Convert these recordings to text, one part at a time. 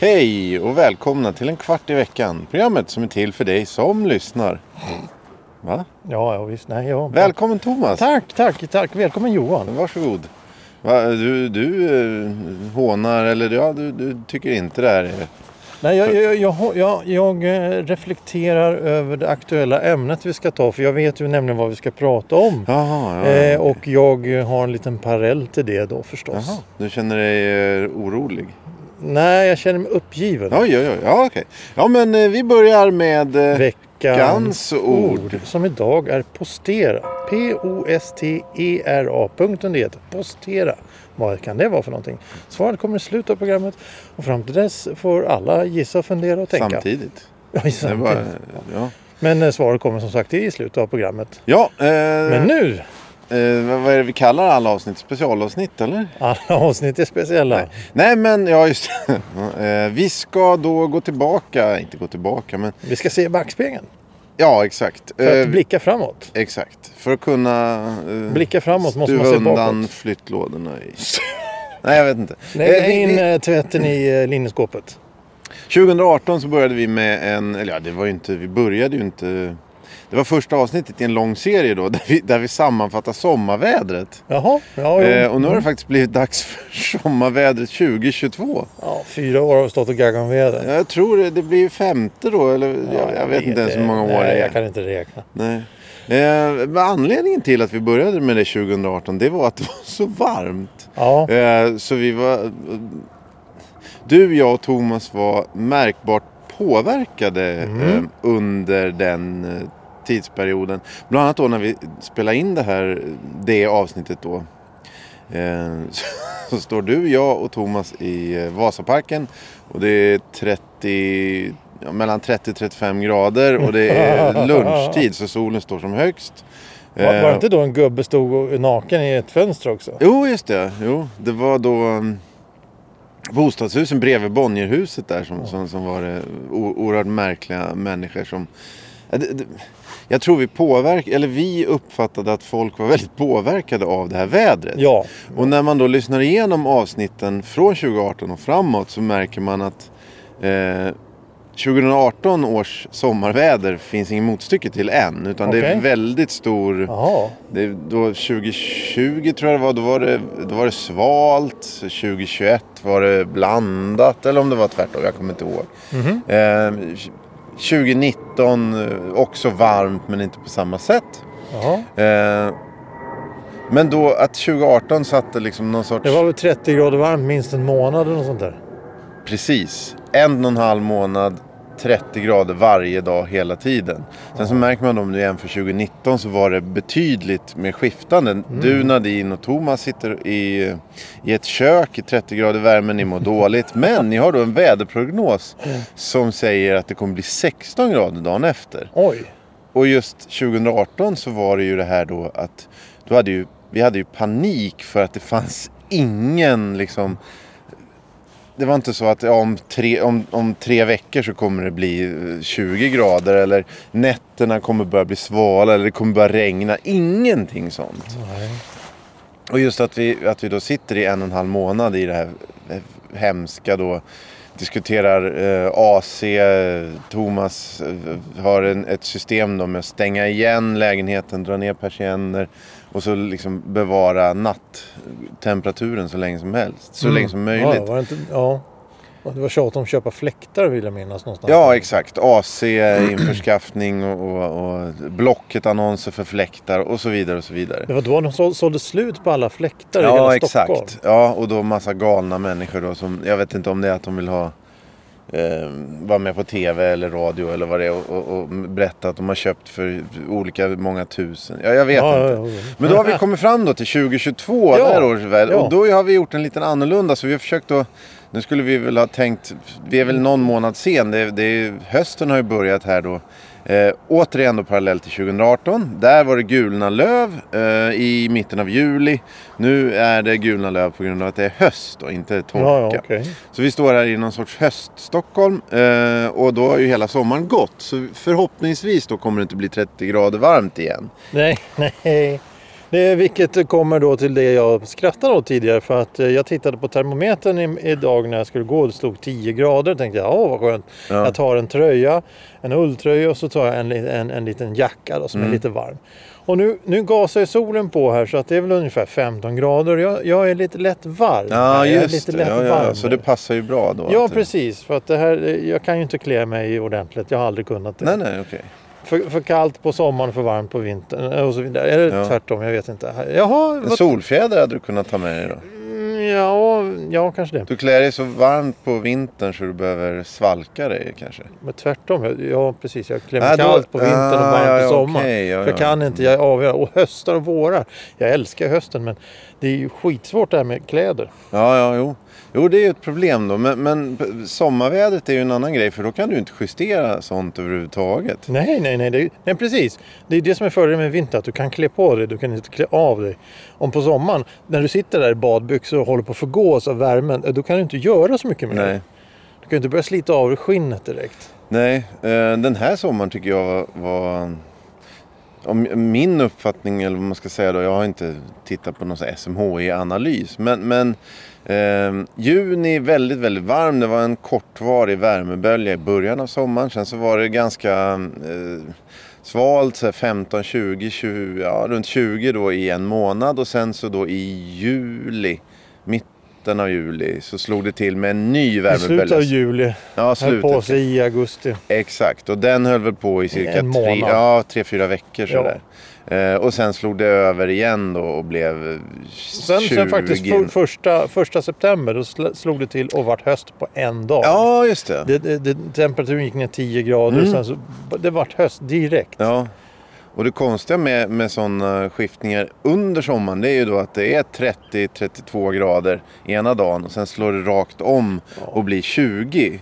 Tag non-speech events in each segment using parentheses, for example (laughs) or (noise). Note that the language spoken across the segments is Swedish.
Hej och välkomna till en kvart i veckan. Programmet som är till för dig som lyssnar. Va? Ja, ja visst. Nej, ja. Välkommen Thomas. Tack, tack, tack. Välkommen Johan. Varsågod. Va, du, du eh, hånar eller ja, du, du tycker inte det här är... Nej, jag, jag, jag, jag, jag eh, reflekterar över det aktuella ämnet vi ska ta för jag vet ju nämligen vad vi ska prata om. Jaha, ja. Eh, och jag har en liten parallell till det då förstås. Jaha. Du känner dig eh, orolig? Nej, jag känner mig uppgiven. Oj, oj, oj. Ja, okej. Ja, men eh, vi börjar med... eh, Veckans Veckans ord. ord. som idag är postera. P-O-S-T-E-R-A. E Punkten det heter postera. Vad kan det vara för någonting? Svaret kommer i slutet av programmet och fram till dess får alla gissa, fundera och tänka. samtidigt. Ja, Det är samtidigt. bara, ja. Men eh, svaret kommer som sagt i slutet av programmet. Ja, eh, Men nu, eh, vad- vad är det vi kallar alla avsnitt? Specialavsnitt eller? alla avsnitt är speciella. Nej. Nej men, ja just det. (laughs) Eh, Vi ska då gå tillbaka, inte gå tillbaka men Vi ska se i backspegeln ja exakt. för att Eh, blicka framåt. Exakt, för att kunna eh, Blicka framåt måste stuva man se undan bakåt. flyttlådorna i... (laughs) Nej jag vet inte. Eh, Lägg vi- in vi- eh, tvätten i eh, linneskåpet. 2018 så började vi med en, eller ja det var ju inte, vi började ju inte. Det var första avsnittet i en lång serie då (laughs) där vi, där vi sammanfattar sommarvädret. Jaha, ja, jo. Mm. Eh, och nu har det faktiskt blivit dags för (laughs) sommarvädret 2022. ja, fyra år har vi stått och gaggat om vädret. Jag tror det- det blir femte då, eller jag, jag vet inte ens hur många år nej, det är. Jag kan inte räkna. Nej. Eh, men anledningen till att vi började med det 2018, det var att det var så varmt. Ja, Eh, så vi var... Du, jag och Thomas var märkbart påverkade Mm. eh, under den eh, tidsperioden. Bland annat då när vi spelade in det här, det avsnittet då. Eh, (laughs) så, så står du, jag och Thomas i eh, Vasaparken. Och det är 30... Ja, mellan 30-35 grader och det (laughs) är lunchtid så solen står som högst. var, var det Eh, inte då en gubbe stod och- naken i ett fönster också? Jo, just det. Jo, det var då um, bostadshusen bredvid Bonnierhuset där som, som, som var det o- oerhört märkliga människor som... Ja, det- det- Jag tror vi påverk, eller vi uppfattade att folk var väldigt påverkade av det här vädret. Ja, Och när man då lyssnar igenom avsnitten från 2018 och framåt så märker man att eh, 2018 års sommarväder finns ingen motstycke till än. Utan det är Okej. väldigt stor... jaha. Det, då 2020 tror jag det var, då var det, då var det svalt. 2021 var det blandat, eller om det var tvärtom, jag kommer inte ihåg. Mhm. Eh, 2019 eh, också varmt, men inte på samma sätt. jaha. Eh, men då att 2018 satte liksom någon sorts... Det var väl 30 grader varmt minst en månad eller något sånt där. Precis. En och en halv månad, 30 grader varje dag hela tiden. Sen så märker man då om du jämför 2019 så var det betydligt mer skiftande. Du, Nadine och Thomas sitter i, i ett kök i 30 grader värme, ni mår dåligt. Men ni har då en väderprognos som säger att det kommer bli 16 grader dagen efter. Oj. Och just 2018 så var det ju det här då att då hade ju, vi hade ju panik för att det fanns ingen liksom. Det var inte så att ja, om, tre, om, om tre veckor så kommer det bli eh, 20 grader eller nätterna kommer börja bli svala eller det kommer börja regna. Ingenting sånt. Nej. Och just att vi, att vi då sitter i en och en halv månad i det här eh, hemska då. Diskuterar eh, AC, eh, Thomas eh, har en, ett system då med att stänga igen lägenheten, dra ner persienner och så liksom bevara natttemperaturen så länge som helst. Så Mm. länge som möjligt. Ja, var det inte, ja. Och Det var tjat om att köpa fläktar vill jag minnas någonstans. Ja, exakt. AC införskaffning och, och, och Blocket-annonser för fläktar och så vidare och så vidare. Det var då de så, sålde slut på alla fläktar i Ja, hela exakt. Stockholm. Ja, och då massa galna människor då som, jag vet inte om det är att de vill ha eh, vara med på tv eller radio eller vad det är och, och, och berätta att de har köpt för olika många tusen. Ja, jag vet Ja, inte. ja, ja, ja. Men då (laughs) har vi kommit fram då till 2022, Ja, det här årets värld. ja. Och då har vi gjort en liten annorlunda. Så vi har försökt att... Nu skulle vi väl ha tänkt... Vi är väl någon månad sen. Det, det är, hösten har ju börjat här då. Eh, återigen då parallell till 2018. Där var det gulna löv eh, i mitten av juli. Nu är det gulna löv på grund av att det är höst och inte torka. Ja, ja, okej. Så vi står här i någon sorts höst-Stockholm eh, och då har ju hela sommaren gått. Så förhoppningsvis då kommer det inte bli 30 grader varmt igen. Nej, (laughs) nej. Det, är- vilket kommer då till det jag skrattade åt tidigare för att eh, jag tittade på termometern i- idag när jag skulle gå och det stod 10 grader. tänkte jag, åh vad skönt. Ja. Jag tar en tröja, en ulltröja och så tar jag en, li- en, en liten jacka då, som Mm. är lite varm. Och nu, nu gasar ju solen på här så att det är väl ungefär 15 grader. Jag, jag är lite lätt varm. Ja, här. jag är just lite det. lätt Ja, ja, ja. varm Så nu. det passar ju bra då. Ja, att det- precis. För att det här, eh, jag kan ju inte klä mig ordentligt. Jag har aldrig kunnat det Nej, nej, okej. för, för kallt på sommaren, för varmt på vintern eh, och så vidare. Eller Ja. tvärtom, jag vet inte. Jaha, En vad... solfjäder hade du kunnat ta med dig då? mm, ja, ja, kanske det. Du klär dig så varmt på vintern så du behöver svalka dig kanske? Men tvärtom, jag- ja precis. Jag klär mig Ja, då- kallt på vintern och Ah, varmt ja, ja, på sommaren. okej, ja, för jag ja. kan inte jag avgöra. Och höstar och vårar. Jag älskar hösten men det är ju skitsvårt det här med kläder. Ja, ja, jo. Jo, det är ju ett problem då. Men, men sommarvädret är ju en annan grej för då kan du inte justera sånt överhuvudtaget. Nej, nej, nej. Det är, nej precis. Det är det som är fördelen med vinter, att du kan klä på dig, du kan inte klä av dig. Om på sommaren, när du sitter där i badbyxor och håller på att förgås av värmen, eh, då kan du inte göra så mycket mer. Nej. Du kan ju inte börja slita av dig skinnet direkt. Nej, eh, den här sommaren tycker jag var- var... Om min uppfattning, eller vad man ska säga då, jag har inte tittat på någon sån här SMHI-analys. Men, men eh, juni väldigt, väldigt varm. Det var en kortvarig värmebölja i början av sommaren. Sen så var det ganska eh, svalt, så här 15, 20, 20, ja, runt 20 då i en månad. Och sen så då i juli, mitten av juli, så slog det till med en ny I slutet värmebölja. av juli, ja, höll slutet. på sig i augusti. Exakt, och den höll väl på i cirka En tre, månad. ja, tre, fyra veckor sådär. Eh, och sen slog det över igen då och blev eh, Sen, 20. sen faktiskt för, första, första september, då sl- slog det till och vart höst på en dag. Ja, just det. Det, det, det, temperaturen gick ner 10 grader och sen så, det vart höst direkt. Ja. Och det konstiga med, med sådana skiftningar under sommaren det är ju då att det är 30-32 grader ena dagen och sen slår det rakt om och blir 20.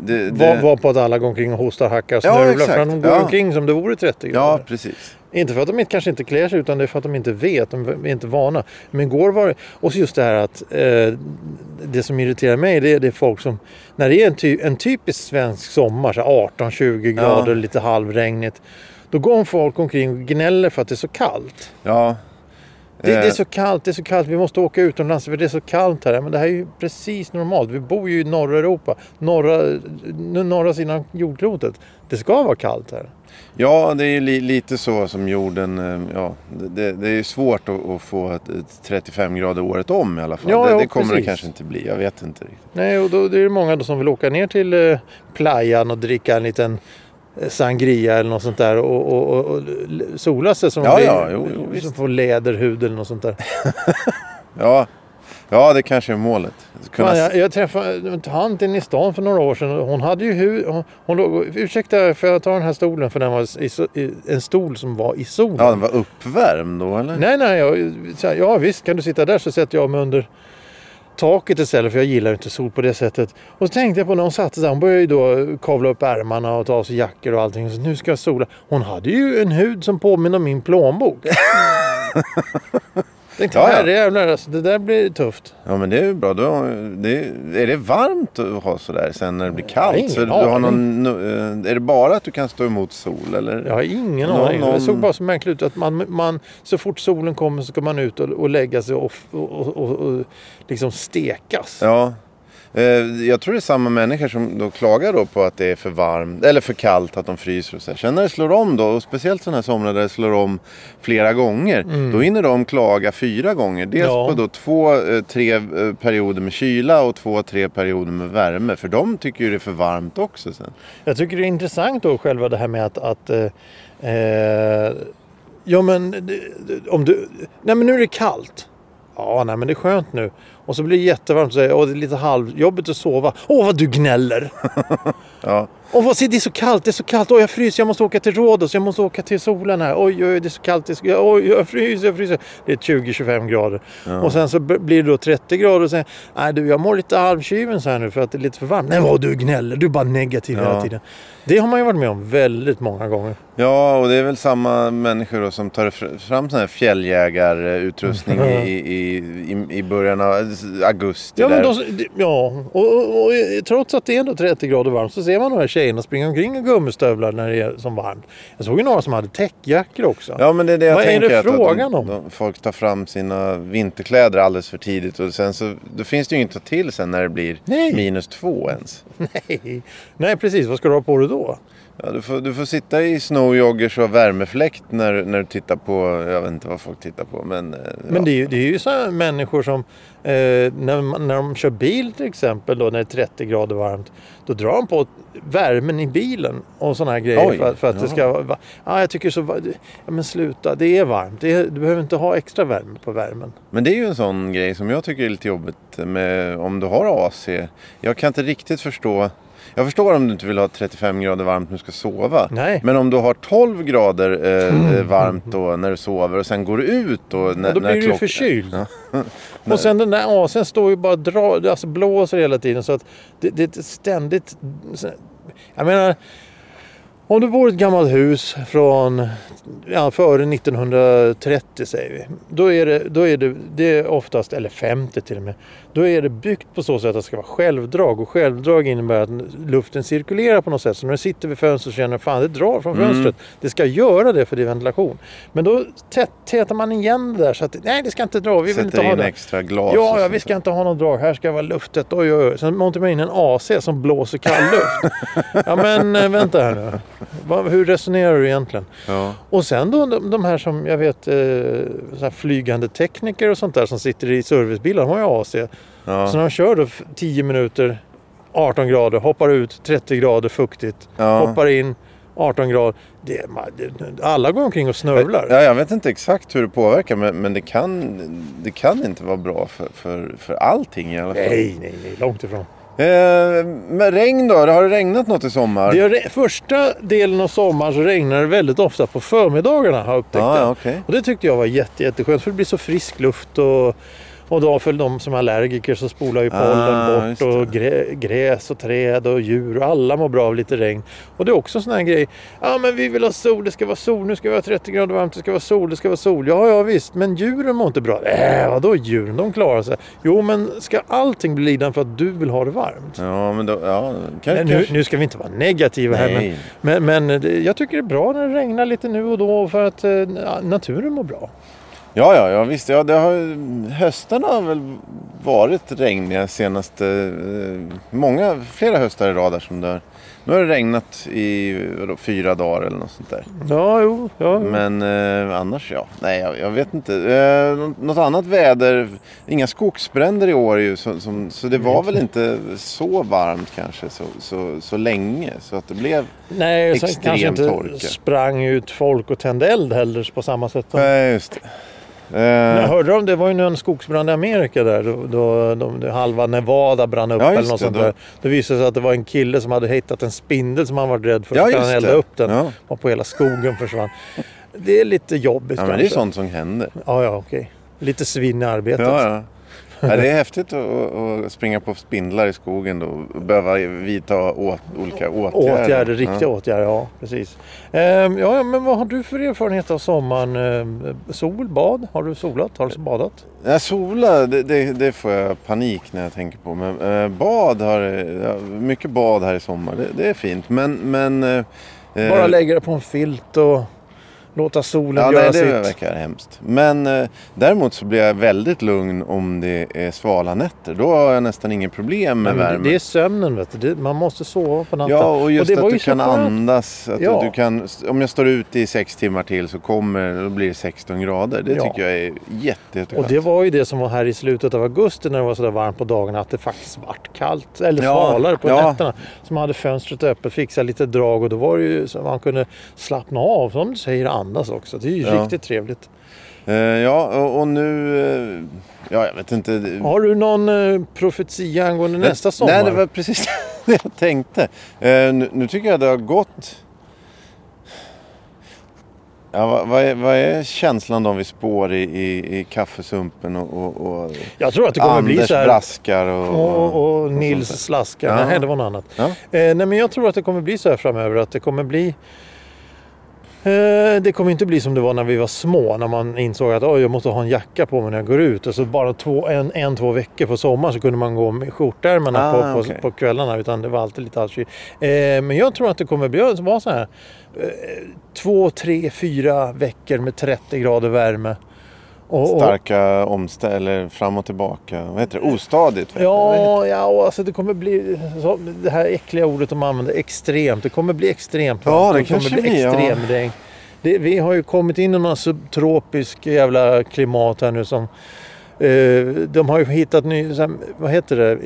Det, det, Var, var på att alla går omkring och hostar, hackar och Ja, snörvlar. exakt. för de går Ja. omkring som det vore 30 Ja, grader. precis. Inte för att de inte, kanske inte klär sig utan det är för att de inte vet, de är inte vana. Men igår var det, och så just det här att eh, det som irriterar mig det är, det är folk som, när det är en, ty, en typisk svensk sommar, så här 18-20 grader, lite halvregnigt. Då går folk omkring och gnäller för att det är så kallt. Ja. Det, det är Eh, så kallt, det är så kallt, vi måste åka utomlands för det är så kallt här. Men det här är ju precis normalt, vi bor ju i norra Europa, norra, norra sidan jordklotet. Det ska vara kallt här. Ja, det är ju li- lite så som jorden. eh, Ja, det- det, det är ju svårt att, att få ett, ett 35 grader året om i alla fall. Ja, det, ja, det kommer precis. det kanske inte bli. Jag vet inte riktigt. Nej, och då det är det många då som vill åka ner till eh, playan och dricka en liten eh, sangria eller något sånt där och, och, och, och l- sola sig som, Ja, blir- ja, jo, jo, som visst. får läderhud eller något sånt där. Ja, ja det kanske är målet. Kunna... Fan, Ja, jag, jag träffade en tant inne i stan för några år sedan och hon hade ju hud. Hon, hon låg, ursäkta, får jag ta den här stolen? För den var i, so- i, en stol som var i solen. ja, den var uppvärmd då eller? Nej, nej, jag, så här, ja visst kan du sitta där så sätter jag mig under taket istället för jag gillar ju inte sol på det sättet. Och så tänkte jag på när hon satte sig, hon började ju då kavla upp ärmarna och ta av sig jackor och allting. Så nu ska jag sola. Hon hade ju en hud som påminner om (laughs) min plånbok. tänkte, Ja, ja. herrejävlar alltså, det där blir tufft. Ja, men det är ju bra. Då, det, är det varmt att ha sådär sen när det blir kallt? ingen så du har aning. någon, no- eh, är det bara att du kan stå emot sol eller? Jag har ingen Någon- aning. Det någon- såg bara så märkligt ut att man, man, så fort solen kommer så ska man ut och, och lägga sig och, och, och, och, och liksom stekas. Ja. Eh, Jag tror det är samma människor som då klagar då på att det är för varmt eller för kallt, att de fryser och så här. Sen när det slår om då, och speciellt sådana här somrar där det slår om flera gånger, då hinner de klaga fyra gånger. Dels Mm. Ja. på då två, eh, tre eh, perioder med kyla och två, tre perioder med värme. För de tycker ju det är för varmt också sen. Jag tycker det är intressant då själva det här med att, att eh, eh, ja men det- det- om du, nej men nu är det kallt. Ja, nej men det är skönt nu. Och så blir det jättevarmt och, så, och det är lite halvjobbigt att sova. Åh, vad du gnäller! Ja. Åh, vad, se, det är så kallt, det är så kallt. Åh, jag fryser, jag måste åka till Rhodos, jag måste åka till solen här. Oj, oj, det är så kallt, det är så... oj, jag fryser, jag fryser. Det är 20-25 grader. Och sen så b- blir det då 30 grader och sen, nej du, jag mår lite halvkyven så här nu för att det är lite för varmt. Nej, vad du gnäller, du är bara negativ hela Ja. tiden. Det har man ju varit med om väldigt många gånger. Ja, och det är väl samma människor då som tar fr- fram sån här (laughs) fjälljägarutrustning i, i, i, i början av eh, augusti. Ja, men där. då, ja och, och, och trots att det är ändå 30 grader varmt så ser man de här tjejerna springa omkring i gummistövlar när det är som varmt. Jag såg ju några som hade täckjackor också. Ja, men det är det jag Vad är tänker. att- det att frågan de, om? De, folk tar fram sina vinterkläder alldeles för tidigt och sen så då finns det ju inte att ta till sen när det blir Nej. minus två ens. (laughs) Nej. Nej, precis. Vad ska du ha på dig då? Ja, du, får, du får sitta i snowjoggers och värmefläkt när, när du tittar på, jag vet inte vad folk tittar på, men... eh, Men ja. det är ju, det är ju så här människor som eh, när, man- när de kör bil till exempel då när det är 30 grader varmt. Då drar de på värmen i bilen och sådana här grejer Oj, för, att- för att det ja. ska vara... va- Ja, jag tycker så... va- Ja, men sluta. Det är varmt. Det är, du behöver inte ha extra värme på värmen. Men det är ju en sån grej som jag tycker är lite jobbigt med om du har AC. Jag kan inte riktigt förstå. Jag förstår om du inte vill ha 35 grader varmt när du ska sova. Nej. Men om du har 12 grader eh, eh, varmt då när du sover och sen går du ut då. När, Och när då blir du ju klockan- förkyld. (laughs) och sen den där asen står ju bara och drar, alltså blåser hela tiden. Så att det, det är ett ständigt... Jag menar, om du bor i ett gammalt hus från ja, före 1930 säger vi. Då är, det, då är det, det är oftast, eller 50 till och med, då är det byggt på så sätt att det ska vara självdrag. Och självdrag innebär att luften cirkulerar på något sätt. Så när du sitter vid fönstret så känner du fan det drar från Mm. fönstret. Det ska göra det för det är ventilation. Men då tät, tätar man igen det där så att nej det ska inte dra, vi vill inte Sätter ha in det. extra glas. och Ja, ja, sånt vi ska inte ha något drag. Här ska vara luftet. Oj, oj, oj. Sen monterar man in en AC som blåser kall luft. ja, men eh, vänta här nu. Va- Hur resonerar du egentligen? där. Ja. Och sen då de, de här som jag vet eh, så här flygande tekniker och sånt där som sitter i servicebilar, de har ju AC. Så Ja. när de kör då f- 10 minuter, 18 grader, hoppar ut 30 grader fuktigt, Ja. hoppar in 18 grader. Det, är- man- det, alla går omkring och snörvlar. Ja, jag vet inte exakt hur det påverkar men, men det, kan, det kan inte vara bra för, för, för allting i alla fall. Nej, nej, nej, långt ifrån. Eh, men regn då? Har det regnat något i sommar? Det är re- första delen av sommaren så regnar det väldigt ofta på förmiddagarna har jag upptäckt. Ja, det. ja, Ah, okej. Och det tyckte jag var jätte, jätteskönt för det blir så frisk luft och, och då för de som är allergiker så spolar ju Ah, pollen just bort och grä, gräs och träd och djur och alla mår bra av lite regn. Och det är också en sån här grej. Ja men vi vill ha sol, det ska vara sol, nu ska vi ha 30 grader varmt, det ska vara sol, det ska vara sol. Ja, ja visst, men djuren mår inte bra. Äh, vadå djuren, de klarar sig. Jo men ska allting bli lidande för att du vill ha det varmt? Ja, men då... Ja, kan, Men nu, kanske- nu ska vi inte vara negativa här, Nej. men, men, men det- jag tycker det är bra när det regnar lite nu och då för att eh, naturen mår bra. Ja, ja, ja visst. Ja, det har, höstarna har väl varit regniga senaste... Eh, många, flera höstar i rad där som dör. Nu har det regnat i vadå, fyra dagar eller något sånt där. Ja, jo, ja. jo. Men eh, annars, ja. Nej, jag, jag vet inte. Eh, nå- något annat väder. Inga skogsbränder i år ju. Så, som, så det var väl inte så varmt kanske så, så, så länge. Så att det blev... Nej, sen extrem kanske inte torka. sprang ut folk och tände eld heller på samma sätt. Som... Nej, just det. Men Jag Eh, hörde om det var ju nu en skogsbrand i Amerika där då, då, de- halva Nevada brann upp Ja, eller just något det, sånt då- där. Då visade det sig att det var en kille som hade hittat en spindel som han var rädd för. Ja, så kan just han elda det. upp den Ja. och på hela skogen försvann. Det är lite jobbigt ja, men det är kanske. sånt som händer. Ja, ja, okej. Lite svinn i arbetet. Ja, ja. Ja, det är häftigt att, att att springa på spindlar i skogen då och behöva vidta å, olika åtgärder. Åtgärder, riktiga ja. åtgärder, ja precis. Ehm, ja, ja, men vad har du för erfarenhet av sommaren? Ehm, sol, bad? Har du solat? Har du badat? Ja, sola, det, det, det får jag panik när jag tänker på. Men eh, bad har, ja, mycket bad här i sommar, det, det är fint. Men, men... eh, Bara eh, lägga dig på en filt och låta solen Ja, göra nej, det sitt? verkar hemskt. Men eh, däremot så blir jag väldigt lugn om det är svala nätter. Då har jag nästan inget problem med Men det, värmen. det är sömnen, vet du. Det, man måste sova på natten. Ja, och just det var att ju du så kan skönt. andas. Att Ja. du, du kan, om jag står ute i sex timmar till så kommer, då blir det 16 grader. Det Ja. tycker jag är jätte, jätteskönt. Och det var ju det som var här i slutet av augusti när det var sådär varmt på dagarna att det faktiskt vart kallt eller Ja, svalare på ja. nätterna. Så man hade fönstret öppet, fixade lite drag och då var det ju så man kunde slappna av, som du säger, andas också. Det är ju Ja. riktigt trevligt. Eh, ja, och, och nu... eh, Ja, jag vet inte. det- Har du någon eh, profetia angående Mm. Nej, nästa sommar? Nej, det var precis (laughs) det jag tänkte. Eh, nu, nu tycker jag det har gått... Ja, vad, vad, är, vad är känslan de vi spår i, i, i kaffesumpen och, och, och Jag tror att det kommer bli Anders så här. braskar och... och, och Nils sånt slaskar. Ja. Nej, det var något annat. där? Ja. Eh, nej, men jag tror att det kommer bli så här framöver. Att det kommer bli... Eh, det kommer inte bli som det var när vi var små. När man insåg att "Oj, jag måste ha en jacka på mig när jag går ut. Och så bara två, en, en, två veckor på sommaren så kunde man gå med skjortärmarna Ah, på, på, okej. på kvällarna. Utan det var alltid lite halvkyligt. Eh, men jag tror att det kommer bli vara så här. Eh, två, tre, fyra veckor med 30 grader värme. Och, och- Starka omställ eller fram och tillbaka. Vad heter det? Ostadigt? vet jag. Vad heter Ja, ja och alltså det kommer bli så, det här äckliga ordet de använder, extremt. Det kommer bli extremt Ja, det kanske kommer bli blir, ja. extremregn. Det, vi har ju kommit in i några subtropisk jävla klimat här nu som eh, de har ju hittat ny, så här, vad heter det,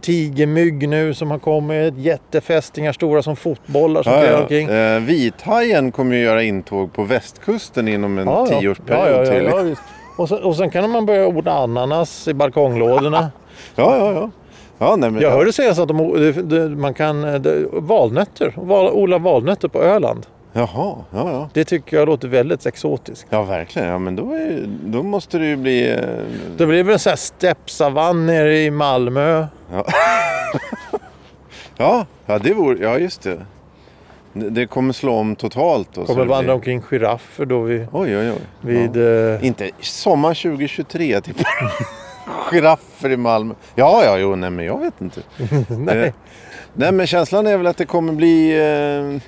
tigermygg nu som har kommit, jättefästingar stora som fotbollar som Ja, ja, ja. omkring. Eh, vithajen kommer ju göra intåg på västkusten inom en Ja, ja. tioårsperiod ja, ja, till. ja, ja, visst. och, sen, och sen kan man börja odla ananas (laughs) i balkonglådorna. Ja, ja, ja. ja nej, men, Jag hörde sägas att de, det- det- man kan eh, det- valnötter, val, odla valnötter på Öland. Jaha, ja, ja. Det tycker jag låter väldigt exotiskt. Ja, verkligen. Ja, men då, är, ju- då måste det ju bli... eh, Det blir väl så här steppsavann nere i Malmö. Ja, ja, det vore, ja just det. Det det kommer slå om totalt. Då, så Kommer det vandra blir- omkring giraffer då vid, Oj, oj, oj. vid Ja. eh, Inte sommar 2023, typ. (laughs) Giraffer i Malmö. Ja, ja, jo, nej, men jag vet inte. (laughs) nej. Eh, nej, men känslan är väl att det kommer bli... Eh,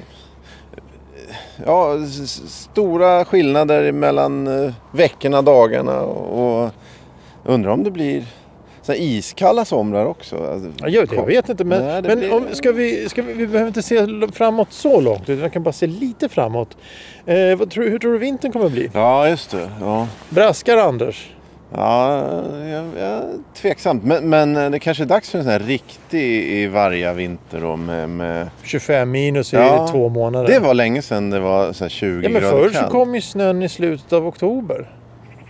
ja, s- s- stora skillnader mellan eh, veckorna, dagarna och... och undrar om det blir så här iskalla somrar också. Alltså, Ja, Jag, jag vet inte, men, Nej, det men blir- om, ska vi, ska vi, vi behöver inte se l- framåt så långt, utan jag kan bara se lite framåt. Eh, vad tror, hur tror du vintern kommer bli? Ja, just det. Ja. Braskar Anders? Ja, jag, jag, tveksamt. Men, men eh, det kanske är dags för en sån här riktig i varje vinter då med, med... 25 minus i Ja, två månader. Det var länge sedan det var så här 20 ja, men grader förr så kallt. kom ju snön i slutet av oktober.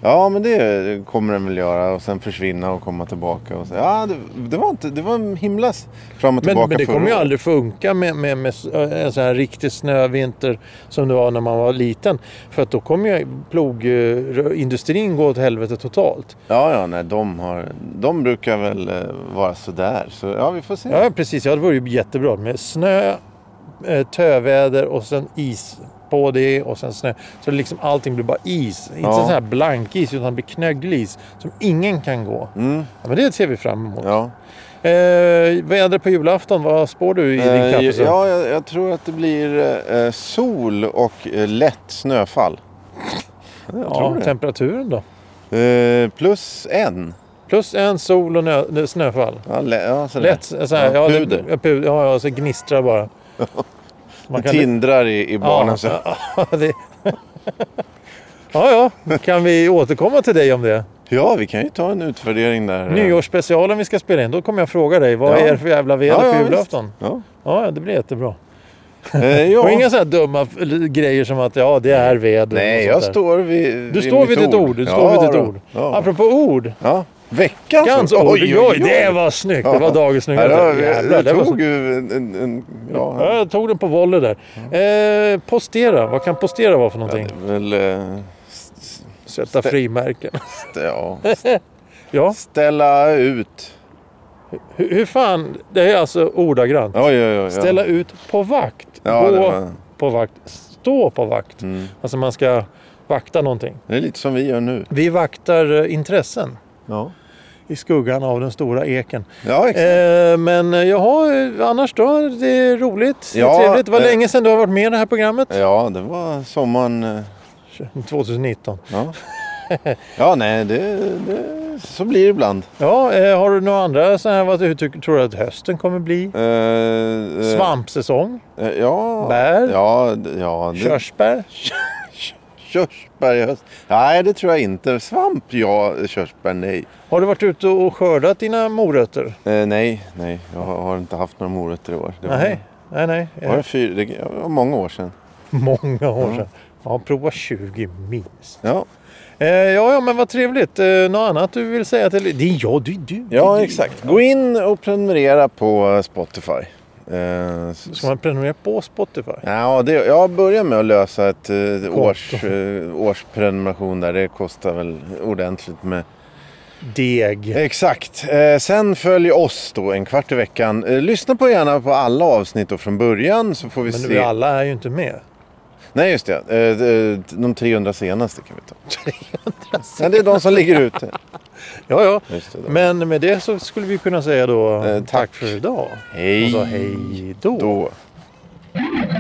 Ja, men det kommer den väl göra och sen försvinna och komma tillbaka. Och så. Ja, det, det var inte... Det var en himla s- fram och Men, tillbaka men det förra kommer ju året. aldrig funka med, med, med s- eh, en sån här riktig snövinter som det var när man var liten. För att då kommer ju plogindustrin gå åt helvete totalt. Ja, ja, nej, de har... De brukar väl eh, vara sådär. Så ja, vi får se. Ja, precis. Ja, det vore ju jättebra med snö, eh, töväder och sen is på det och sen snö. Så liksom allting blir bara is. Inte Ja. sån här blankis utan det blir knögglig is som ingen kan gå. Mm, Ja, men det ser vi fram emot. ja. Eh, vädret på julafton, vad spår du i din Eh, kaffesump? ja, jag, jag tror att det blir eh, sol och eh, lätt snöfall. Jag tror det. temperaturen då? Eh, plus en. Plus en sol och nö, snöfall. Ja, lä- ja, sådär. Lätt så här, Ja, ja, det- puder. ja, puder. Ja, ja, så (laughs) gnistrar bara. Man Det tindrar i, i barnens ögon. ja, ja, det... (laughs) ja, ja, kan vi återkomma till dig om det? Ja, vi kan ju ta en utvärdering där. Nyårsspecialen vi ska spela in, då kommer jag fråga dig. Vad Ja. är det för jävla väder Ja, ja, på visst. julafton? Ja. Ja, ja, det blir jättebra. Eh, (laughs) ja. Och inga så här dumma f- grejer som att ja, det är väder. och Nej, sånt jag där. står vid Du står vid mitt ditt ord. Du står Ja, vid ditt då. ord. Ja. Apropå ord. ja. Veckans Gans ord. Oj, oj, det var snyggt. Det var dagens Ja, snyggaste. då, Jävlar, det du var tog ju en... en, en Ja, ja, jag tog den på volley där. Eh, postera, vad kan postera vara för ja, det någonting? är väl... eh, s- s- Sätta stä- (laughs) frimärken. Ja. ja, Ställa ut. hur, hur fan, det är alltså ordagrant. Oj, oj, oj. Ställa ut på vakt, ja, gå det, var, på vakt, stå på vakt. mm. Alltså man ska vakta någonting. det är lite som vi gör nu. Vi vaktar eh, intressen Ja, i skuggan av den stora eken. ja exakt. Eh, men eh, jaha, eh, annars då? Det är roligt, det är Ja, trevligt. Det var eh, länge sedan du har varit med i det här programmet. Ja, det var sommaren... eh, 2019. (laughs) Ja, ja nej, det, det, så blir det ibland. Ja, eh, har du några andra sådana här, vad hur tycker- tror du att hösten kommer bli? Eh, eh, Svampsäsong, eh, ja, Bär? Ja, d- ja det, körsbär. körsbär i höst. Nej, det tror jag inte. Svamp, ja. Körsbär, nej. Har du varit ute och skördat dina morötter? Eh, nej, nej. Jag har, har inte haft några morötter i år. Det var, Nej, nej, nej. Var Eh, det, fyra, det ja, det var många år sedan. (laughs) Många år Ja. sedan. Ja, prova 20 minst. Ja, Eh, ja, ja, men vad trevligt. Eh, något annat du vill säga till... Det är jag, du, du. Ja, du. exakt. Gå in och prenumerera på Spotify. Eh, s- Ska man prenumerera på Spotify? Ja, det, jag börjar med att lösa ett eh, Konto. års, eh, årsprenumeration där. Det kostar väl ordentligt med... Deg. Exakt. Eh, sen följ oss då en kvart i veckan. Eh, lyssna på gärna på alla avsnitt då från början så får vi Men se. nu, alla är ju inte med. Nej, just det. Eh, de- de 300 senaste kan vi ta. 300 Nej, det är de som ligger ute. Ja, ja. Just det, då. Men med det så skulle vi kunna säga då Eh, tack. tack. för idag. Hej Och så hej då. då.